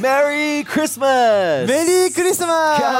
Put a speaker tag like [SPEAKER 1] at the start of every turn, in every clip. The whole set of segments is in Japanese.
[SPEAKER 1] Merry Christmas!
[SPEAKER 2] メリークリスマス
[SPEAKER 1] Come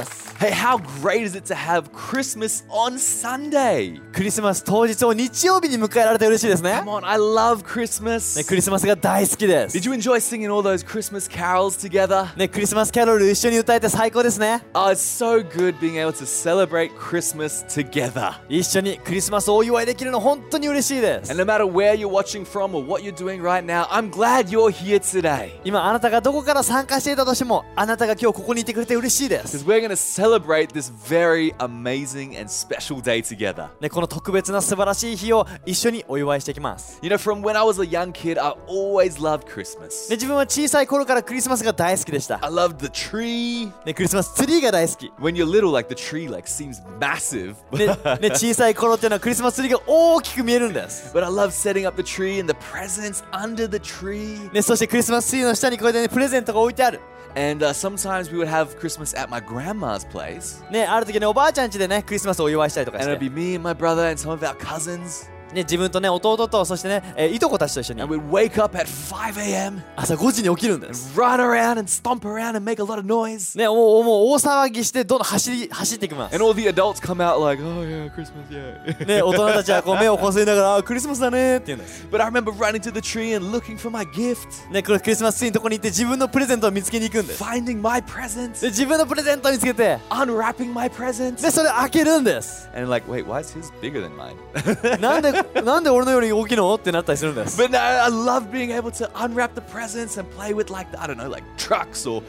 [SPEAKER 1] on! Hey, how great is it to have Christmas on Sunday?
[SPEAKER 2] クリスマス当日を日曜日に迎えられて嬉しいですね
[SPEAKER 1] Come on, I love Christmas.
[SPEAKER 2] ねクリスマスが大好きです
[SPEAKER 1] Did you enjoy singing all those Christmas carols together?
[SPEAKER 2] ね、クリスマスキャロル一緒に歌えて最高ですね
[SPEAKER 1] Oh, it's so good being able to celebrate Christmas together.
[SPEAKER 2] 一緒にクリスマスをお祝いできるの本当に嬉しいです
[SPEAKER 1] And no matter where you're watching from or what you're doing right now, I'm glad you're here today.
[SPEAKER 2] 今あなたがどこから参加していたとしてもあなたが今日ここにいてくれて嬉しいで
[SPEAKER 1] Because
[SPEAKER 2] す、
[SPEAKER 1] we're going to celebrate this very amazing and special day together.
[SPEAKER 2] ね、この特別な素晴らしい日を一緒にお祝いしていきます、
[SPEAKER 1] You know, from when I was a young kid, I always loved Christmas.
[SPEAKER 2] ね、自分は小さい頃からクリスマスが大好きでした
[SPEAKER 1] I loved the tree.
[SPEAKER 2] ね、クリスマスツリーが大好き。ね
[SPEAKER 1] When you're little, like the tree like seems massive,
[SPEAKER 2] ね
[SPEAKER 1] but,
[SPEAKER 2] 小さい頃っていうのはクリスマスツリーが大きく見えるんです。
[SPEAKER 1] but I love setting up the tree and the presents under the tree.
[SPEAKER 2] ね、そしてクリスマスツリーの下にこうやってね、プレゼントが置いてある。
[SPEAKER 1] And uh, sometimes we would have Christmas at my grandma's place,
[SPEAKER 2] ね、ある時ね、おばあちゃん家でね、クリスマスをお祝いしたりとか
[SPEAKER 1] and
[SPEAKER 2] して、
[SPEAKER 1] it'd be
[SPEAKER 2] ね、
[SPEAKER 1] me and my brother and some of our cousins,
[SPEAKER 2] 自分とね、弟と、そしてね、えーいとこたちと一緒に
[SPEAKER 1] and we'd wake up at 5 a.m.
[SPEAKER 2] 朝5時に起きるんです。
[SPEAKER 1] run around and stomp around and make a lot of noise.
[SPEAKER 2] ね、もうもう大騒ぎして、どんどん走り、走っていきます
[SPEAKER 1] And。all the adults come out like, oh yeah, Christmas, yeah.
[SPEAKER 2] ね、大人たちはこう目をこすりながら、あークリスマスだねーって言うんです。
[SPEAKER 1] but I remember running to the tree and looking for my gift,
[SPEAKER 2] ね、これクリスマスツリーのとこに行って自分のプレゼントを見つけに行くんです。
[SPEAKER 1] finding my present,
[SPEAKER 2] で、自分のプレゼントを見つけて、
[SPEAKER 1] unwrapping my present.
[SPEAKER 2] で、それ開けるんです。
[SPEAKER 1] And like, wait, why is his bigger than mine?
[SPEAKER 2] なんで、 なんで俺のより大きいのってなったりするんです。
[SPEAKER 1] But no, I love being able to unwrap the presents and play with like the, I don't know, like trucks or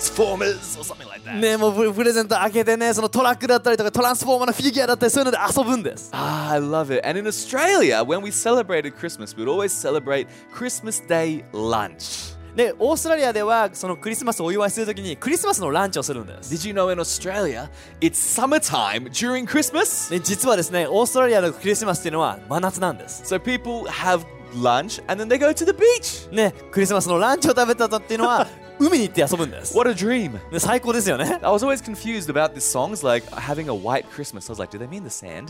[SPEAKER 1] transformers or something like that.
[SPEAKER 2] ねもうププレゼント開けてねそのトラックだったりとかトランスフォーマーのフィギュアだったりそういうので遊ぶんです
[SPEAKER 1] Ah, I love it. And in Australia, when we celebrated Christmas, we'd always celebrate Christmas Day lunch.
[SPEAKER 2] でオーストラリアではそのクリスマスをお祝いするときにクリスマスのランチをするんです
[SPEAKER 1] Did you know in Australia, it's summertime during Christmas?
[SPEAKER 2] で実はですねオーストラリアのクリスマスっていうのは真夏なんです
[SPEAKER 1] So people have lunch and then they go to the beach.
[SPEAKER 2] ねクリスマスのランチを食べた後っていうの は海に行って遊ぶんです
[SPEAKER 1] What a dream.
[SPEAKER 2] ね最高ですよね
[SPEAKER 1] I was always confused about this song. It's like having a white Christmas. I was like, do they mean the sand?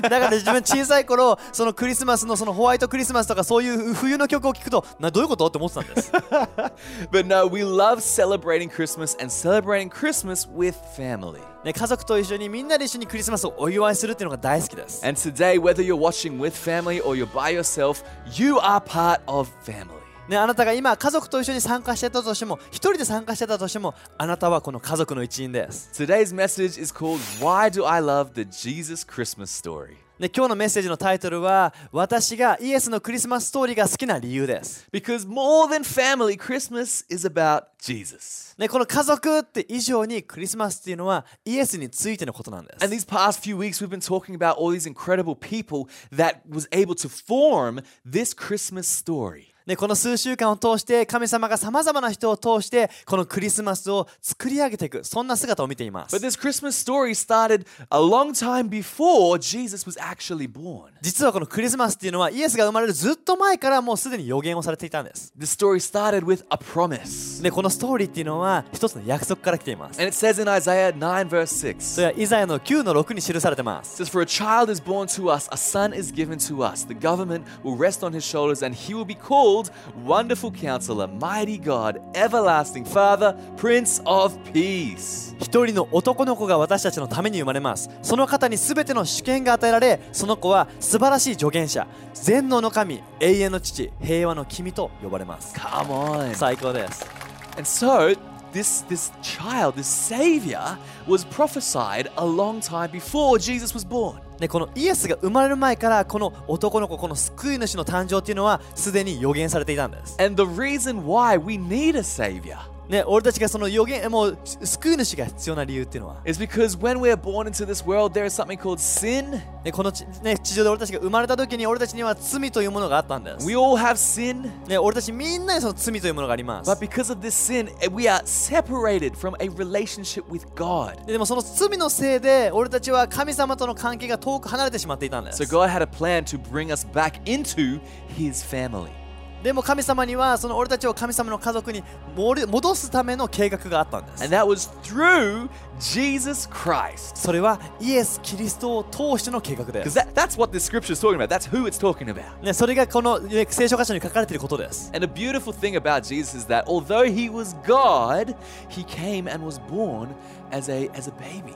[SPEAKER 2] だから自分小さい頃そのクリスマスのそのホワイトクリスマスとかそういう冬の曲を聴くとなどういうことって思ってたんです
[SPEAKER 1] But no, we love celebrating Christmas and celebrating Christmas with family.
[SPEAKER 2] ね家族と一緒にみんなで一緒にクリスマスをお祝いするっていうのが大好きです
[SPEAKER 1] And today, whether you're watching with family or you're by yourself, you are part of family.
[SPEAKER 2] ね、あなたが今家族と一緒に参加してたとしても一人で参加してたとしてもあなたはこの家族の一員です、
[SPEAKER 1] Today's message is called Why Do I Love the Jesus Christmas Story?
[SPEAKER 2] ね、今日のメッセージのタイトルは私がイエスのクリスマスストーリーが好きな理由です、
[SPEAKER 1] Because more than family, Christmas is about Jesus.
[SPEAKER 2] ね、この家族って以上にクリスマスっていうのはイエスについてのことなんで
[SPEAKER 1] And these
[SPEAKER 2] す
[SPEAKER 1] past few weeks, we've been talking about all these incredible people that was able to form this Christmas story.
[SPEAKER 2] ね、この数週間を通して神様がさまざまな人を通してこのクリスマスを作り上げていくそんな姿を見ています
[SPEAKER 1] But this Christmas story started a long time before Jesus was actually born.
[SPEAKER 2] 実はこのクリスマスっていうのはイエスが生まれるずっと前からもうすでに予言をされていたんです
[SPEAKER 1] The story started with a promise.
[SPEAKER 2] でこのストーリーっていうのは一つの約束から来ています
[SPEAKER 1] And it says in Isaiah 9, verse 6.
[SPEAKER 2] それはイザヤの9の6に記されてま
[SPEAKER 1] it
[SPEAKER 2] す。
[SPEAKER 1] Says, for a child is born to us, a son is given to us. The government will rest on his shoulders, and he will be called Wonderful Counselor, Mighty God, Everlasting Father, Prince of Peace.
[SPEAKER 2] 一人の男の子が私たちのために生まれます。その方に全ての主権が与えられ、その子は素晴らしい助言者、全能の神、永遠の父、平和の君と呼ばれます。
[SPEAKER 1] Come on.
[SPEAKER 2] 最高です。
[SPEAKER 1] And so, this, this child, this Savior, was prophesied a long time before Jesus was born.
[SPEAKER 2] でこのイエスが生まれる前からこの男の子この救い主の誕生っていうのはすでに予言されていたんです、
[SPEAKER 1] And the reason why we need a Savior
[SPEAKER 2] ね、俺たちがその予言もう救い主が必要な理由っていうのは、
[SPEAKER 1] is because when we're born into this world, there is something called sin.
[SPEAKER 2] ねこのち、ね、地上で俺たちが生まれた時に俺たちには罪というものがあったんです、
[SPEAKER 1] We all have sin.
[SPEAKER 2] ね、俺たちみんなにその罪というものがあります
[SPEAKER 1] But because of this sin, eh, we are separated from a relationship with God.
[SPEAKER 2] ででもその罪のせいで俺たちは神様との関係が遠く離れてしまっていたんです。
[SPEAKER 1] So God had a plan to bring us back into His family.
[SPEAKER 2] でも神様にはその俺たちを神様の家族に戻戻すための計画があったんです
[SPEAKER 1] And that was through Jesus Christ.
[SPEAKER 2] それはイエス・キリストを通しての計画で
[SPEAKER 1] Because
[SPEAKER 2] す、
[SPEAKER 1] that, that's what this scripture is talking about. That's who it's talking about.
[SPEAKER 2] ね、それがこのね聖書箇所に書かれていることです
[SPEAKER 1] And the beautiful thing about Jesus is that although he was God, he came and was born as a, as a baby.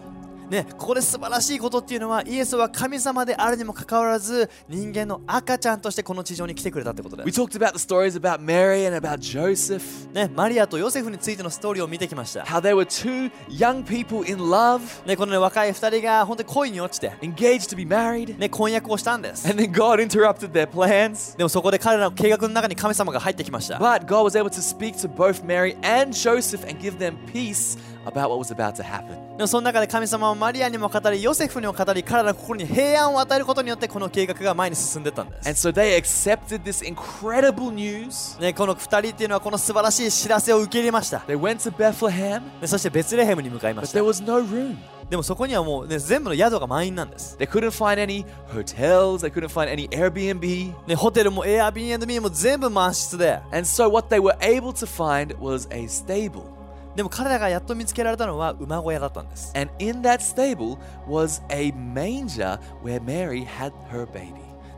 [SPEAKER 2] ね、ここで素晴らしいことっていうのはイエスは神様であるにもかかわらず人間の赤ちゃんとしてこの地上に来てくれたってことで
[SPEAKER 1] We
[SPEAKER 2] す、
[SPEAKER 1] talked about the stories about Mary and about Joseph,
[SPEAKER 2] ね、マリアとヨセフについてのストーリーを見てきました、
[SPEAKER 1] how they were two young people in love,
[SPEAKER 2] ね、この、ね、若い2人が本当に恋に落ちて、
[SPEAKER 1] engaged to be married,
[SPEAKER 2] ね、婚約をしたんです、
[SPEAKER 1] and then God interrupted their plans.
[SPEAKER 2] でもそこで彼らの計画の中に神様が入ってきました、
[SPEAKER 1] But God was able to speak to both Mary and Joseph and give them peace about what was about to happen.
[SPEAKER 2] でもその中で神様はマリアにも語りヨセフにも語り彼らの心に平安を与えることによってこの計画が前に進んでったんで
[SPEAKER 1] And
[SPEAKER 2] す、
[SPEAKER 1] so they accepted this incredible news.
[SPEAKER 2] ね、この2人っていうのはこの素晴らしい知らせを受け入れました、
[SPEAKER 1] They went to Bethlehem,
[SPEAKER 2] ね、そしてベツレヘムに向かいま
[SPEAKER 1] but
[SPEAKER 2] した
[SPEAKER 1] there was no room.
[SPEAKER 2] でもそこにはもう、ね、全部の宿が満員なんです
[SPEAKER 1] They couldn't find any hotels, they couldn't find any Airbnb.
[SPEAKER 2] ね、ホテルも Airbnb も全部満室で
[SPEAKER 1] And so what they were able to find was a stable.
[SPEAKER 2] でも彼らがやっと見つけられたのは馬小屋だったんです
[SPEAKER 1] And in that stable was a manger where Mary had her baby.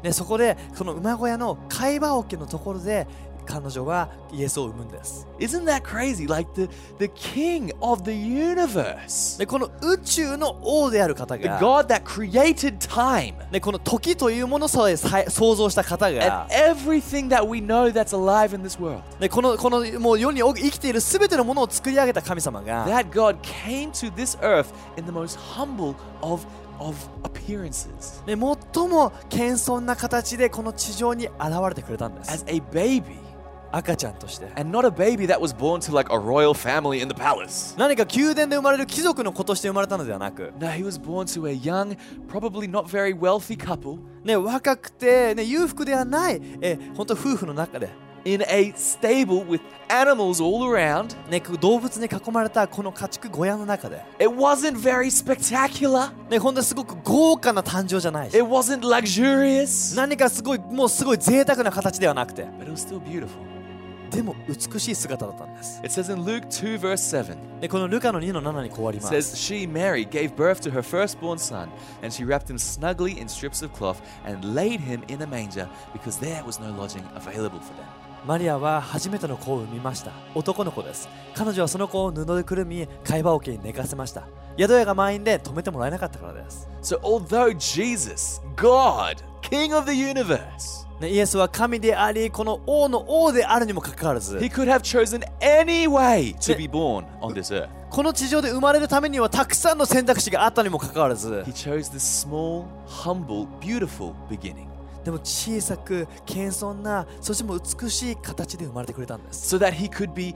[SPEAKER 2] でそこでその馬小屋の貝羽桶のところで彼女はイエスを産むんです
[SPEAKER 1] Isn't that crazy? Like the, the king of the universe,
[SPEAKER 2] でこの宇宙の王である方
[SPEAKER 1] the
[SPEAKER 2] が
[SPEAKER 1] God that created time
[SPEAKER 2] でこの時というものさえさえ想像した方
[SPEAKER 1] and
[SPEAKER 2] が
[SPEAKER 1] everything that we know that's alive in this world.
[SPEAKER 2] でこのこのもう世に生きている全てのものを作り上げた神様が
[SPEAKER 1] that God came to this earth in the most humble of, of appearances
[SPEAKER 2] で最も謙遜な形でこの地上に現れてくれたんです
[SPEAKER 1] as a baby.
[SPEAKER 2] 赤ちゃんとして
[SPEAKER 1] And not a baby that was born to like a royal family in the palace.
[SPEAKER 2] 何か宮殿で生まれる貴族の子として生まれたのではなく
[SPEAKER 1] No, he was born to a young, probably not very wealthy couple
[SPEAKER 2] ね、若くて、ね、裕福ではない、え本当夫婦の中で、
[SPEAKER 1] in a stable with animals all around.
[SPEAKER 2] ね、こう動物に囲まれたこの家畜小屋の中で、
[SPEAKER 1] It wasn't very spectacular,
[SPEAKER 2] ね、本当にすごく豪華な誕生じゃないし
[SPEAKER 1] it wasn't luxurious,
[SPEAKER 2] 何かすごいもうすごい贅沢な形ではなくて
[SPEAKER 1] but it was still beautiful.
[SPEAKER 2] でも美しい姿だったんです、
[SPEAKER 1] It says in Luke 2, verse 7.
[SPEAKER 2] ね、このルカの2の7にこうあり
[SPEAKER 1] It
[SPEAKER 2] ます
[SPEAKER 1] says she, Mary, gave birth to her firstborn son, and she wrapped him snugly in strips of cloth and laid him in a manger because there was no lodging available for them.
[SPEAKER 2] マリアは初めての子を産みました男の子です彼女はその子を布でくるみ貝羽桶に寝かせました宿屋が満員で泊めてもらえなかったからです、
[SPEAKER 1] So, although Jesus, God, King of the universe,
[SPEAKER 2] ね、イエスは神でありこの王の王であるにもかかわらず
[SPEAKER 1] he could have chosen any way to
[SPEAKER 2] Ne-
[SPEAKER 1] be born on this earth,
[SPEAKER 2] この地上で生まれるためにはたくさんの選択肢があったにもかかわらず
[SPEAKER 1] he chose this small, humble, beautiful beginning
[SPEAKER 2] でも小さく謙遜なそしてもう美しい形で生まれてくれたんです
[SPEAKER 1] so that he could be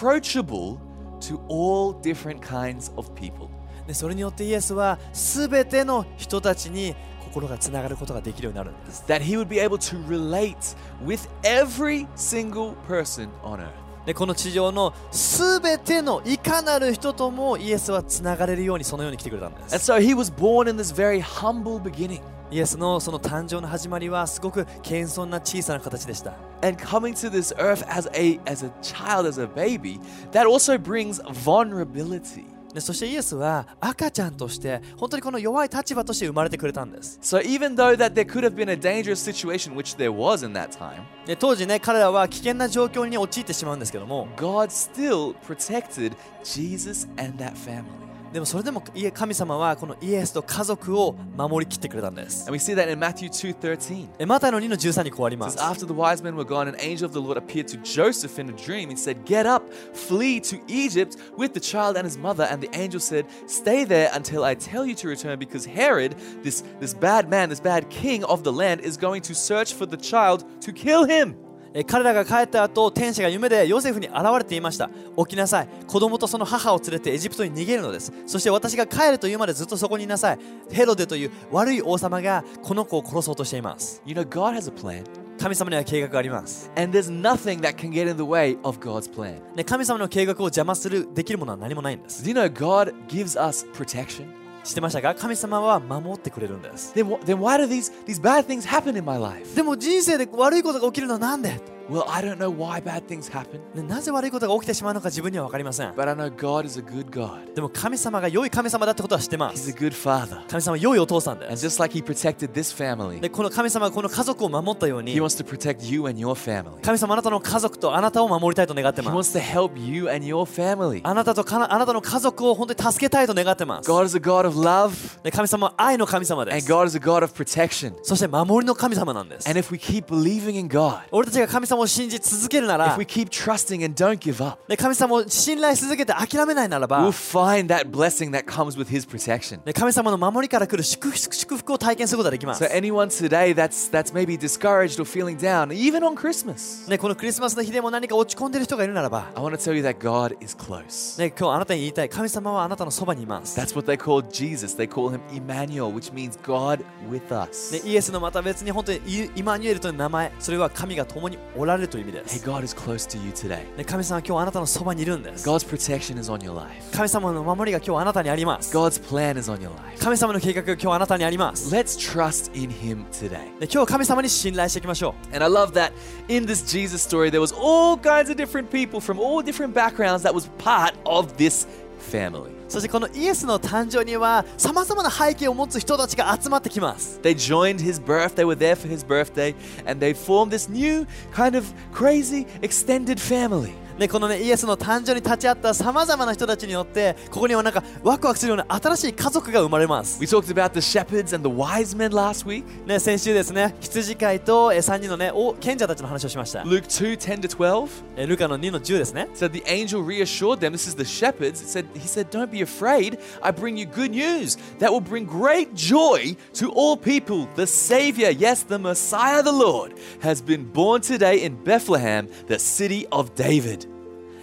[SPEAKER 1] approachable to all different kinds of people.
[SPEAKER 2] でそれによってイエスは全ての人たちに心がつながることができるようになるんです
[SPEAKER 1] that he would be able to relate with every single person on earth.
[SPEAKER 2] でこの地上の全てのいかなる人ともイエスはつながれるようにそのように来てくれたんで
[SPEAKER 1] And
[SPEAKER 2] す
[SPEAKER 1] so he was born in this very humble beginning.
[SPEAKER 2] イエスのその誕生の始まりはすごく謙遜な小さな形でした
[SPEAKER 1] And coming to this earth as a as a child, as a baby, that also brings vulnerability.
[SPEAKER 2] でそしてイエスは赤ちゃんとして本当にこの弱い立場として生まれてくれたんです
[SPEAKER 1] So even though that there could have been a dangerous situation, which there was in that time,
[SPEAKER 2] で当時ね彼らは危険な状況に陥ってしまうんですけども
[SPEAKER 1] God still protected Jesus and that family.
[SPEAKER 2] でもそれでもいえ神様はこのイエスと家族を守りきってくれたんです
[SPEAKER 1] And we see that in Matthew 2:13.
[SPEAKER 2] えマタイの2の13にこうありま
[SPEAKER 1] It
[SPEAKER 2] す
[SPEAKER 1] says, After the wise men were gone, an angel of the Lord appeared to Joseph in a dream and said, Get up, flee to Egypt with the child and his mother. And the angel said, Stay there until I tell you to return, because Herod, this, this bad man, this bad king of the land, is going to search for the child to kill him.
[SPEAKER 2] え彼らが帰った後天使が夢でヨセフに現れていました起きなさい子供とその母を連れてエジプトに逃げるのですそして私が帰るというまでずっとそこにいなさいヘロデという悪い王様がこの子を殺そうとしています
[SPEAKER 1] You know, God has a plan,
[SPEAKER 2] 神様には計画があります、
[SPEAKER 1] and there's nothing that can get in the way of God's plan.
[SPEAKER 2] ね、神様の計画を邪魔するできるものは何もないんです
[SPEAKER 1] Do you know God gives us protection?
[SPEAKER 2] 知ってましたか神様は守ってくれるんです
[SPEAKER 1] Then, wh- then why do these, these bad things happen in my life?
[SPEAKER 2] でも人生で悪いことが起きるのはなんで
[SPEAKER 1] Well, I don't know why bad things happen,
[SPEAKER 2] ねなぜ悪いことが起きてしまうのか自分には分かりません
[SPEAKER 1] but I know God is a good God.
[SPEAKER 2] でも神様が良い神様だってことは知ってま
[SPEAKER 1] He's
[SPEAKER 2] す
[SPEAKER 1] a good father.
[SPEAKER 2] 神様は良いお父さんで
[SPEAKER 1] And
[SPEAKER 2] す
[SPEAKER 1] just like He protected this family,
[SPEAKER 2] でこの神様はこの家族を守ったよう
[SPEAKER 1] He
[SPEAKER 2] に
[SPEAKER 1] wants to protect you and your family.
[SPEAKER 2] 神様あなたの家族とあなたを守りたいと願って
[SPEAKER 1] He
[SPEAKER 2] ま
[SPEAKER 1] wants
[SPEAKER 2] す
[SPEAKER 1] to help you and your family.
[SPEAKER 2] あなたとかなあなたの家族を本当に助けたいと願ってます
[SPEAKER 1] God is a God of love,
[SPEAKER 2] で神様は愛の神様で
[SPEAKER 1] and
[SPEAKER 2] す
[SPEAKER 1] God is a God of protection.
[SPEAKER 2] そして守りの神様なんです
[SPEAKER 1] And if we keep believing in God,
[SPEAKER 2] 俺たちが神様を信じ続けるな
[SPEAKER 1] if
[SPEAKER 2] ら
[SPEAKER 1] we keep trusting and don't give up,
[SPEAKER 2] で神様を信頼し続けて諦めないならば
[SPEAKER 1] we'll find that blessing that comes with His protection.
[SPEAKER 2] で神様の守りから来る祝福祝福を体験することができます
[SPEAKER 1] So anyone today that's that's maybe discouraged or feeling down, even on Christmas,
[SPEAKER 2] ね、このクリスマスの日でも何か落ち込んでる人がいるならば、
[SPEAKER 1] I want to tell you that God is close.
[SPEAKER 2] ね、今日あなたに言いたい神様はあなたのそばにいます、ね、
[SPEAKER 1] That's what they call Jesus. They call him Emmanuel, which means God with us.
[SPEAKER 2] イエスのまた別に本当にイイマニュエルという名前それは神が共におられるという意味で
[SPEAKER 1] Hey,
[SPEAKER 2] す、
[SPEAKER 1] God is close to you today.
[SPEAKER 2] ね、神様は今日あなたのそばにいるんです
[SPEAKER 1] God's protection is on your life.
[SPEAKER 2] 神様の守りが今日あなたにあります
[SPEAKER 1] God's plan is on your life.
[SPEAKER 2] 神様の計画が今日あなたにあります、ね、
[SPEAKER 1] Let's trust in him today.
[SPEAKER 2] 今日神様に信頼していきましょ
[SPEAKER 1] And I love that in this Jesus story there was all kinds of different people from all different backgrounds that was part of this family.
[SPEAKER 2] うそしてこのイエスの誕生にはさまざまな背景を持つ人たちが集まってきます
[SPEAKER 1] They joined his birth, they were there for his birthday, and they formed this new kind of crazy extended family.
[SPEAKER 2] ね、このねイエスの誕生に立ち会ったさまざまな人たちによってここにはなんかワクワクするような新しい家族が生まれます
[SPEAKER 1] We talked about the shepherds and the wise men last week.
[SPEAKER 2] ね、先週ですね、羊飼いと、えー、3人のね、お賢者たちの話をしました。
[SPEAKER 1] Luke 2 10 to 12
[SPEAKER 2] えールカの2の10ですね。
[SPEAKER 1] said the angel reassured them. This is the shepherds. It said, he said, Don't be afraid. I bring you good news that will bring great joy to all people. The Savior, yes, the Messiah, the Lord, has been born today in Bethlehem, the city of David.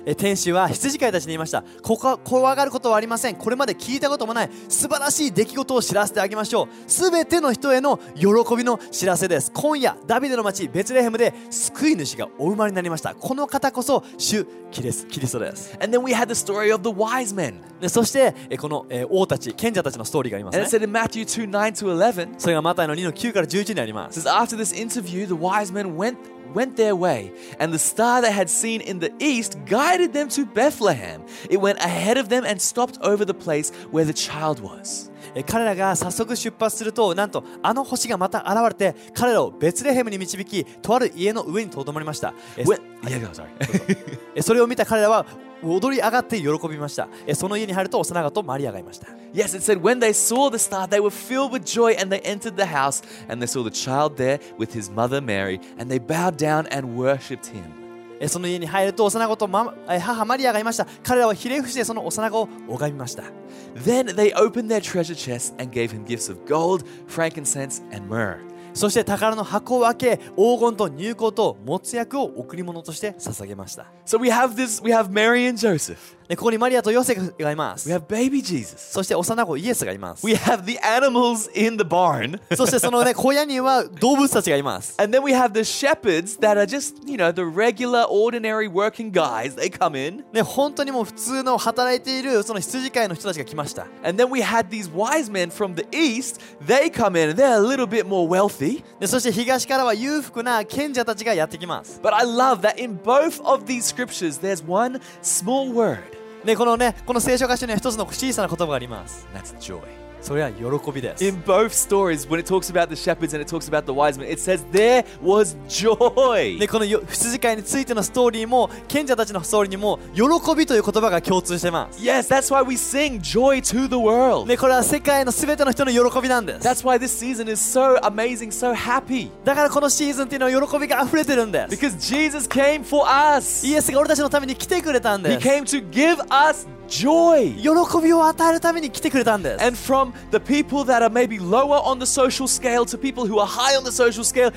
[SPEAKER 2] えー天使は羊飼いたちに言いました。ここは怖がることはありません。これまで聞いたこともない素晴らしい出来事を知らせてあげましょう。すべての人への喜びの知らせです。今夜、ダビデの町ベツレヘムで救い主がお生まれになりました。この方こそ主キリスキリストです。
[SPEAKER 1] And then we had the story of the wise men.
[SPEAKER 2] でそして、えーこの、えー王たち、賢者たちのストーリーがあります
[SPEAKER 1] And it。said
[SPEAKER 2] ね
[SPEAKER 1] in Matthew 2 9 to 11, it
[SPEAKER 2] それがマタイの2の9から11にあります。
[SPEAKER 1] says, After this interview, the wise men went, went their way, and the star they had seen in the east guided them to Bethlehem. It went ahead of them and stopped over the place where the child was.
[SPEAKER 2] えー彼らが早速出発するとなんとあの星がまた現れて彼らをベツレヘムに導きとある家の上にとどまりましたえー
[SPEAKER 1] When, yeah, go, sorry.
[SPEAKER 2] えーそれを見た彼らは踊り上がって喜びましたえーその家に入ると幼子とマリアがいました
[SPEAKER 1] yes, it said, when they saw the star, they were filled with joy and they entered the house and they saw the child there with his mother Mary and they bowed down and worshipped him.
[SPEAKER 2] えーその家に入ると幼子とママえー母マリアがいました彼らはひれ伏してその幼子を拝みました
[SPEAKER 1] Then they opened their treasure chests and gave him gifts of gold, frankincense, and myrrh.
[SPEAKER 2] そして宝の箱を開け黄金と入香ともつ薬を贈り物として捧げました
[SPEAKER 1] So we have this, we have Mary and Joseph.
[SPEAKER 2] でここにマリアとヨセフがいま
[SPEAKER 1] We
[SPEAKER 2] す
[SPEAKER 1] have baby Jesus.
[SPEAKER 2] そして幼子イエスがいます
[SPEAKER 1] We have the animals in the barn.
[SPEAKER 2] そしてそのね、小屋には動物たちがいます。
[SPEAKER 1] And then we have the shepherds that are just, you know, the regular, ordinary working guys. They come in.
[SPEAKER 2] ね、本当にもう普通の働いているその羊飼いの人たちが来ました。
[SPEAKER 1] And then we had these wise men from the east. They come in and they're a little bit more wealthy.
[SPEAKER 2] でそして東からは裕福な賢者たちがやってきます。
[SPEAKER 1] But I love that in both of these scriptures, there's one small word,
[SPEAKER 2] ね、このね、この聖書箇所には一つの小さな言葉があります。
[SPEAKER 1] and that's joy.
[SPEAKER 2] それは喜びです。
[SPEAKER 1] In both stories, when it talks about the shepherds and it talks about the wise men, it says there was joy.
[SPEAKER 2] で、このよ羊飼いについてのストーリーも、賢者たちのストーリーにも、喜びという言葉が共通してます。
[SPEAKER 1] Yes, that's why we sing joy to the world.
[SPEAKER 2] ね、これは世界の全ての人の喜びなんです。
[SPEAKER 1] That's why this season is so amazing, so happy.
[SPEAKER 2] だからこのシーズンっていうのは喜びが溢れてるんです。
[SPEAKER 1] Because Jesus came for us.
[SPEAKER 2] イエスが俺たちのために来てくれたん
[SPEAKER 1] He
[SPEAKER 2] です。
[SPEAKER 1] came to give us joy.
[SPEAKER 2] 喜びを与えるために来てくれたんです。
[SPEAKER 1] And from the people that are maybe lower on the social scale to people who are high on the social scale,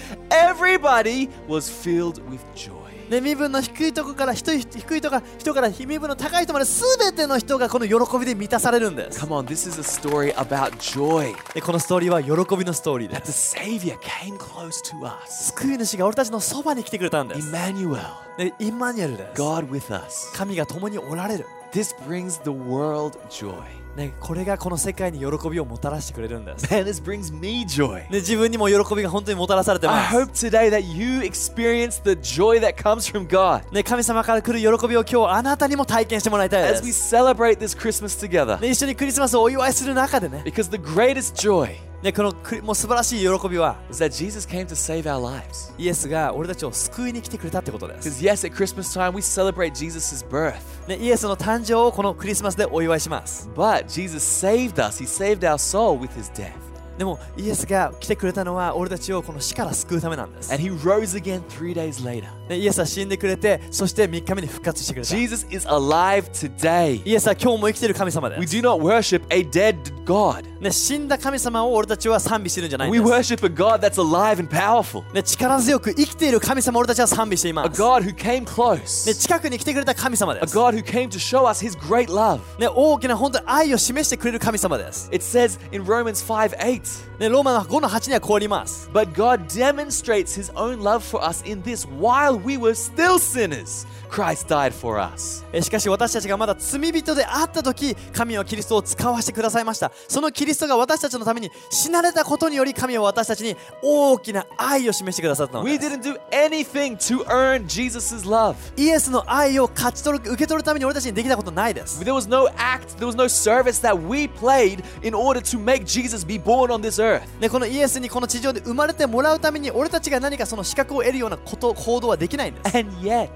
[SPEAKER 1] everybody was filled with joy.
[SPEAKER 2] ね、身分の低いとこから人い低いとこから人から身分の高い人まで全ての人がこの喜びで満たされるんです
[SPEAKER 1] Come on, this is a story about joy.
[SPEAKER 2] でこのストーリーは喜びのストーリー
[SPEAKER 1] That
[SPEAKER 2] で
[SPEAKER 1] the
[SPEAKER 2] す
[SPEAKER 1] Savior came close to us.
[SPEAKER 2] 救い主が俺たちのそばに来てくれたんです
[SPEAKER 1] Emmanuel,
[SPEAKER 2] でインマニュエルです
[SPEAKER 1] God with us.
[SPEAKER 2] 神が共におられる
[SPEAKER 1] This brings the world joy.
[SPEAKER 2] ね、これがこの世界に喜びをもたらしてくれるんです、ね、
[SPEAKER 1] Man, this brings me joy.
[SPEAKER 2] 自分にも喜びが本当にもたらされて
[SPEAKER 1] I
[SPEAKER 2] ます
[SPEAKER 1] hope today that you experience the joy that comes from God
[SPEAKER 2] ね、神様から来る喜びを今日あなたにも体験してもらいたいで
[SPEAKER 1] as we
[SPEAKER 2] す、
[SPEAKER 1] celebrate this Christmas together.
[SPEAKER 2] ね、一緒にクリスマスをお祝いする中でね
[SPEAKER 1] Because the greatest joy
[SPEAKER 2] ねこのクリもう素晴らしい喜びは
[SPEAKER 1] is that Jesus came to save our lives.
[SPEAKER 2] イエスが俺たちを救いに来てくれたってことです、
[SPEAKER 1] Because, yes, at Christmas time, we celebrate Jesus' birth,
[SPEAKER 2] ね、イエスの誕生をこのクリスマスでお祝いします。
[SPEAKER 1] but Jesus saved us. He saved our soul with his death.
[SPEAKER 2] でもイエスが来てくれたのは俺たちをこの死から救うためなんです。
[SPEAKER 1] And he rose again three days later.
[SPEAKER 2] ね、イエスは死んでくれて、そして3日目に復活してくれた。イ
[SPEAKER 1] Jesus is alive today.
[SPEAKER 2] エスは今日も生きてる神様で
[SPEAKER 1] We
[SPEAKER 2] す。
[SPEAKER 1] do not worship a dead God,
[SPEAKER 2] ね、死んだ神様を俺たちは賛美してるんじゃないん
[SPEAKER 1] we
[SPEAKER 2] です。
[SPEAKER 1] worship a God that's alive and powerful,
[SPEAKER 2] ね、力強く生きている神様を俺たちは賛美してい
[SPEAKER 1] a
[SPEAKER 2] ます。
[SPEAKER 1] God who came
[SPEAKER 2] ね、
[SPEAKER 1] close,
[SPEAKER 2] 近くに来てくれた神様で
[SPEAKER 1] a
[SPEAKER 2] す。
[SPEAKER 1] God who came to show us his great love.
[SPEAKER 2] ね、大きな本当に愛を示してくれる神様です。
[SPEAKER 1] It says in Romans 5 8,
[SPEAKER 2] ね、ローマの5の8にはこうあります。
[SPEAKER 1] But God demonstrates his own love for us in this while we were still sinners, Christ died for us.
[SPEAKER 2] えしかし私たちがまだ罪人であった時神はキリストを使わせてくださいましたそのキリストが私たちのために死なれたことにより神は私たちに大きな愛を示してくださったの
[SPEAKER 1] We
[SPEAKER 2] です
[SPEAKER 1] didn't do anything to earn Jesus' love.
[SPEAKER 2] イエスの愛を勝ち取る受け取るために俺たちにできたことないです
[SPEAKER 1] There was no act, there was no service that we played in order to make Jesus be born on this earth.
[SPEAKER 2] でこのイエスにこの地上で生まれてもらうために俺たちが何かその資格を得るようなこと行動はできないんです
[SPEAKER 1] And yet,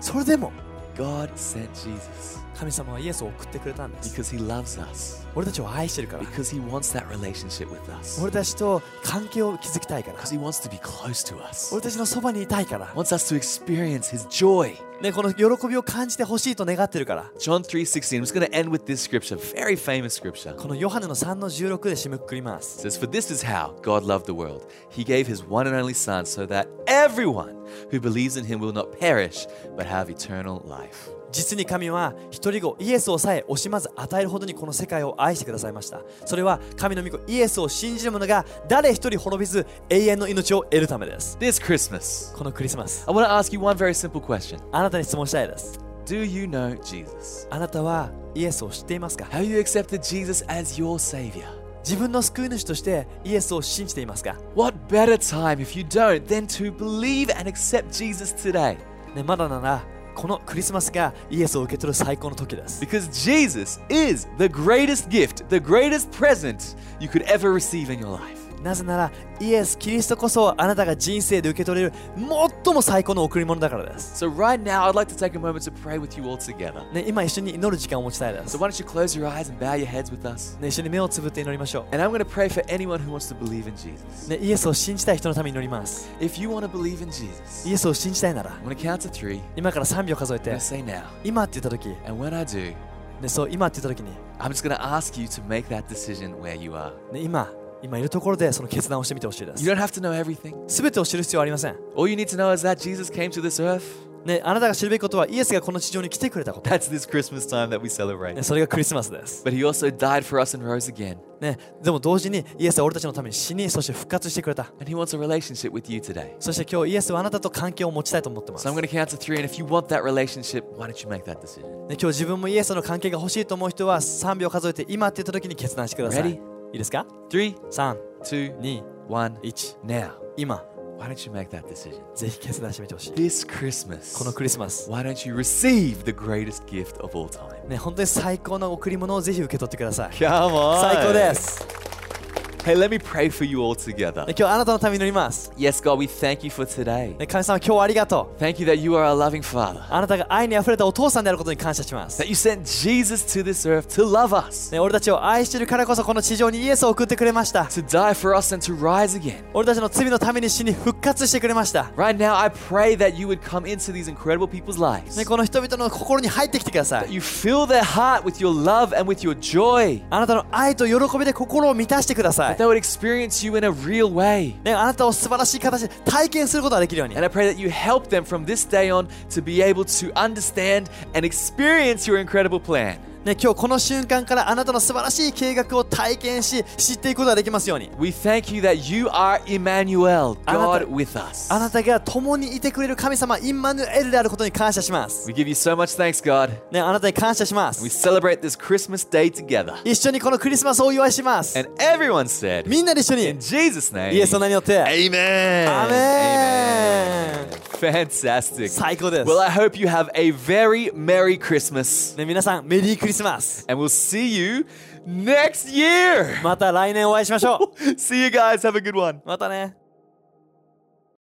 [SPEAKER 2] それでも
[SPEAKER 1] God sent Jesus
[SPEAKER 2] 神様はイエスを送ってくれたんです
[SPEAKER 1] because he loves us,
[SPEAKER 2] 俺たちを愛してるから
[SPEAKER 1] because he wants that relationship with us,
[SPEAKER 2] 俺たちと関係を築きたいから
[SPEAKER 1] because he wants to be close to us,
[SPEAKER 2] 俺たちのそばにいたいから、
[SPEAKER 1] wants us to experience his joy.
[SPEAKER 2] ね、この喜びを感じてほしいと願ってるから
[SPEAKER 1] John 3:16. I'm just going to end with this scripture, very famous scripture.
[SPEAKER 2] このヨハネの3の16で締めくくりま
[SPEAKER 1] It
[SPEAKER 2] す。
[SPEAKER 1] says, For this is how God loved the world. He gave his one and only Son so that everyone who believes in him will not perish but have eternal life.
[SPEAKER 2] 実に神は一人子イエスをさえ惜しまず与えるほどにこの世界を愛してくださいました。それは神の御子イエスを信じる者が誰一人滅びず永遠の命を得るためです。
[SPEAKER 1] This Christmas,
[SPEAKER 2] このクリスマス、
[SPEAKER 1] I want to ask you one very simple question
[SPEAKER 2] あなたに質問したいです。
[SPEAKER 1] Do you know Jesus?
[SPEAKER 2] あなたはイエスを知っていますか
[SPEAKER 1] Have you accepted Jesus as your Savior?
[SPEAKER 2] 自分の救い主としてイエスを信じていますか、
[SPEAKER 1] What better time, if you don't, than to believe and accept Jesus today?
[SPEAKER 2] ね、まだならこのクリスマスがイエスを受け取る最高の時です。
[SPEAKER 1] Because Jesus is the greatest gift, the greatest present you could ever receive in your life.
[SPEAKER 2] なぜならイエス・キリストこそあなたが人生で受け取れる最も最高の贈り物だからです。
[SPEAKER 1] So, right now, I'd like to take a moment to pray with you all together.
[SPEAKER 2] ね、今一緒に祈る時間を持ちたいで
[SPEAKER 1] So
[SPEAKER 2] す、
[SPEAKER 1] why don't you close your eyes and bow your heads with us?
[SPEAKER 2] ね、一緒に目をつぶって祈りましょ
[SPEAKER 1] And I'm going to pray for anyone who wants to believe in Jesus.
[SPEAKER 2] う、ね、イエスを信じたい人のために祈ります。
[SPEAKER 1] If you want to believe in Jesus,
[SPEAKER 2] イエスを信じたいなら
[SPEAKER 1] I'm、going to count to three. I'm
[SPEAKER 2] 今から3秒数えて
[SPEAKER 1] going to、say now.
[SPEAKER 2] 今って言った時、ね、
[SPEAKER 1] And when I do,
[SPEAKER 2] そう、今って言った時に、
[SPEAKER 1] I'm just going to ask you to make that decision where you are.
[SPEAKER 2] ね、今、今いるところでその決断をしてみてほしいで
[SPEAKER 1] You
[SPEAKER 2] す。
[SPEAKER 1] don't have to know everything.
[SPEAKER 2] すべてを知る必要はありません。
[SPEAKER 1] All you need to know is that Jesus came to this earth.
[SPEAKER 2] ね、あなたが知るべきことはイエスがこの地上に来てくれたこと。
[SPEAKER 1] That's this Christmas time that we
[SPEAKER 2] ね、
[SPEAKER 1] celebrate.
[SPEAKER 2] それがクリスマスです、
[SPEAKER 1] But he also died for us and rose again.
[SPEAKER 2] ね。でも同時にイエスは俺たちのために死に、そして復活してくれた。
[SPEAKER 1] And he wants a relationship with you today.
[SPEAKER 2] そして今日イエスはあなたと関係を持ちたいと思ってます
[SPEAKER 1] So。I'm going to count to three. And if you want that relationship, why don't you make that decision?
[SPEAKER 2] ね、今日自分もイエスとの関係が欲しいと思う人は3秒数えて今って言った時に決断してください。
[SPEAKER 1] Ready?
[SPEAKER 2] いいですか
[SPEAKER 1] Three,
[SPEAKER 2] 3、
[SPEAKER 1] two,
[SPEAKER 2] 2、
[SPEAKER 1] one.
[SPEAKER 2] 1。
[SPEAKER 1] Now,
[SPEAKER 2] 今、
[SPEAKER 1] why don't you make that decision?
[SPEAKER 2] ぜひ決断してみてほしい。
[SPEAKER 1] This Christmas,
[SPEAKER 2] このクリスマス、
[SPEAKER 1] why don't you receive the greatest gift of all time?
[SPEAKER 2] ね、本当に最高の贈り物をぜひ受け取ってください。
[SPEAKER 1] Come on.
[SPEAKER 2] 最高です。
[SPEAKER 1] Hey, let me pray for you all together.
[SPEAKER 2] ね、今日あなたのために祈ります。
[SPEAKER 1] Yes, God, we thank you for today.
[SPEAKER 2] ね、神様、今日はありがとう。
[SPEAKER 1] Thank you that you are our loving Father,
[SPEAKER 2] あなたが愛に溢れたお父さんであることに感謝します。
[SPEAKER 1] that you sent Jesus to this earth to love us,
[SPEAKER 2] ね、俺たちを愛しているからこそこの地上にイエスを送ってくれました。
[SPEAKER 1] to die for us, and to rise again.
[SPEAKER 2] 俺たちの罪のために死に復活してくれました。
[SPEAKER 1] Right now, I pray that you would come into these incredible people's lives,
[SPEAKER 2] ね、
[SPEAKER 1] that
[SPEAKER 2] この人々の心に入ってきてください。
[SPEAKER 1] you fill their heart with your love and with your joy,
[SPEAKER 2] あなたの愛と喜びで心を満たしてください
[SPEAKER 1] that。they would experience you in a real way.
[SPEAKER 2] ね、あなたを素晴らしい形で体験することができるように、
[SPEAKER 1] And I pray that you help them from this day on to be able to understand and experience your incredible plan.
[SPEAKER 2] ねね、今日この瞬間からあなたの素晴らしい計画を体験し知っていくことができますように
[SPEAKER 1] We thank you that you are Emmanuel, God
[SPEAKER 2] Anata-
[SPEAKER 1] with us.
[SPEAKER 2] あなたが共にいてくれる神様インマヌエルであることに感謝します、
[SPEAKER 1] We give you so much thanks, God.
[SPEAKER 2] ね、あなたに感謝しま
[SPEAKER 1] We
[SPEAKER 2] す
[SPEAKER 1] celebrate this Christmas day together.
[SPEAKER 2] 一緒にこのクリスマスをお祝いします
[SPEAKER 1] And everyone said,
[SPEAKER 2] みんなで一緒に
[SPEAKER 1] In Jesus' name.
[SPEAKER 2] イエスの名によって
[SPEAKER 1] Amen.
[SPEAKER 2] Amen.
[SPEAKER 1] Fantastic.
[SPEAKER 2] 最高です、
[SPEAKER 1] Well, I hope you have a very Merry Christmas.
[SPEAKER 2] ね、皆さんメリークリスマス
[SPEAKER 1] And we'll see you next year.
[SPEAKER 2] また来年お会いしましょ
[SPEAKER 1] See you guys. Have a good one.
[SPEAKER 2] うまたね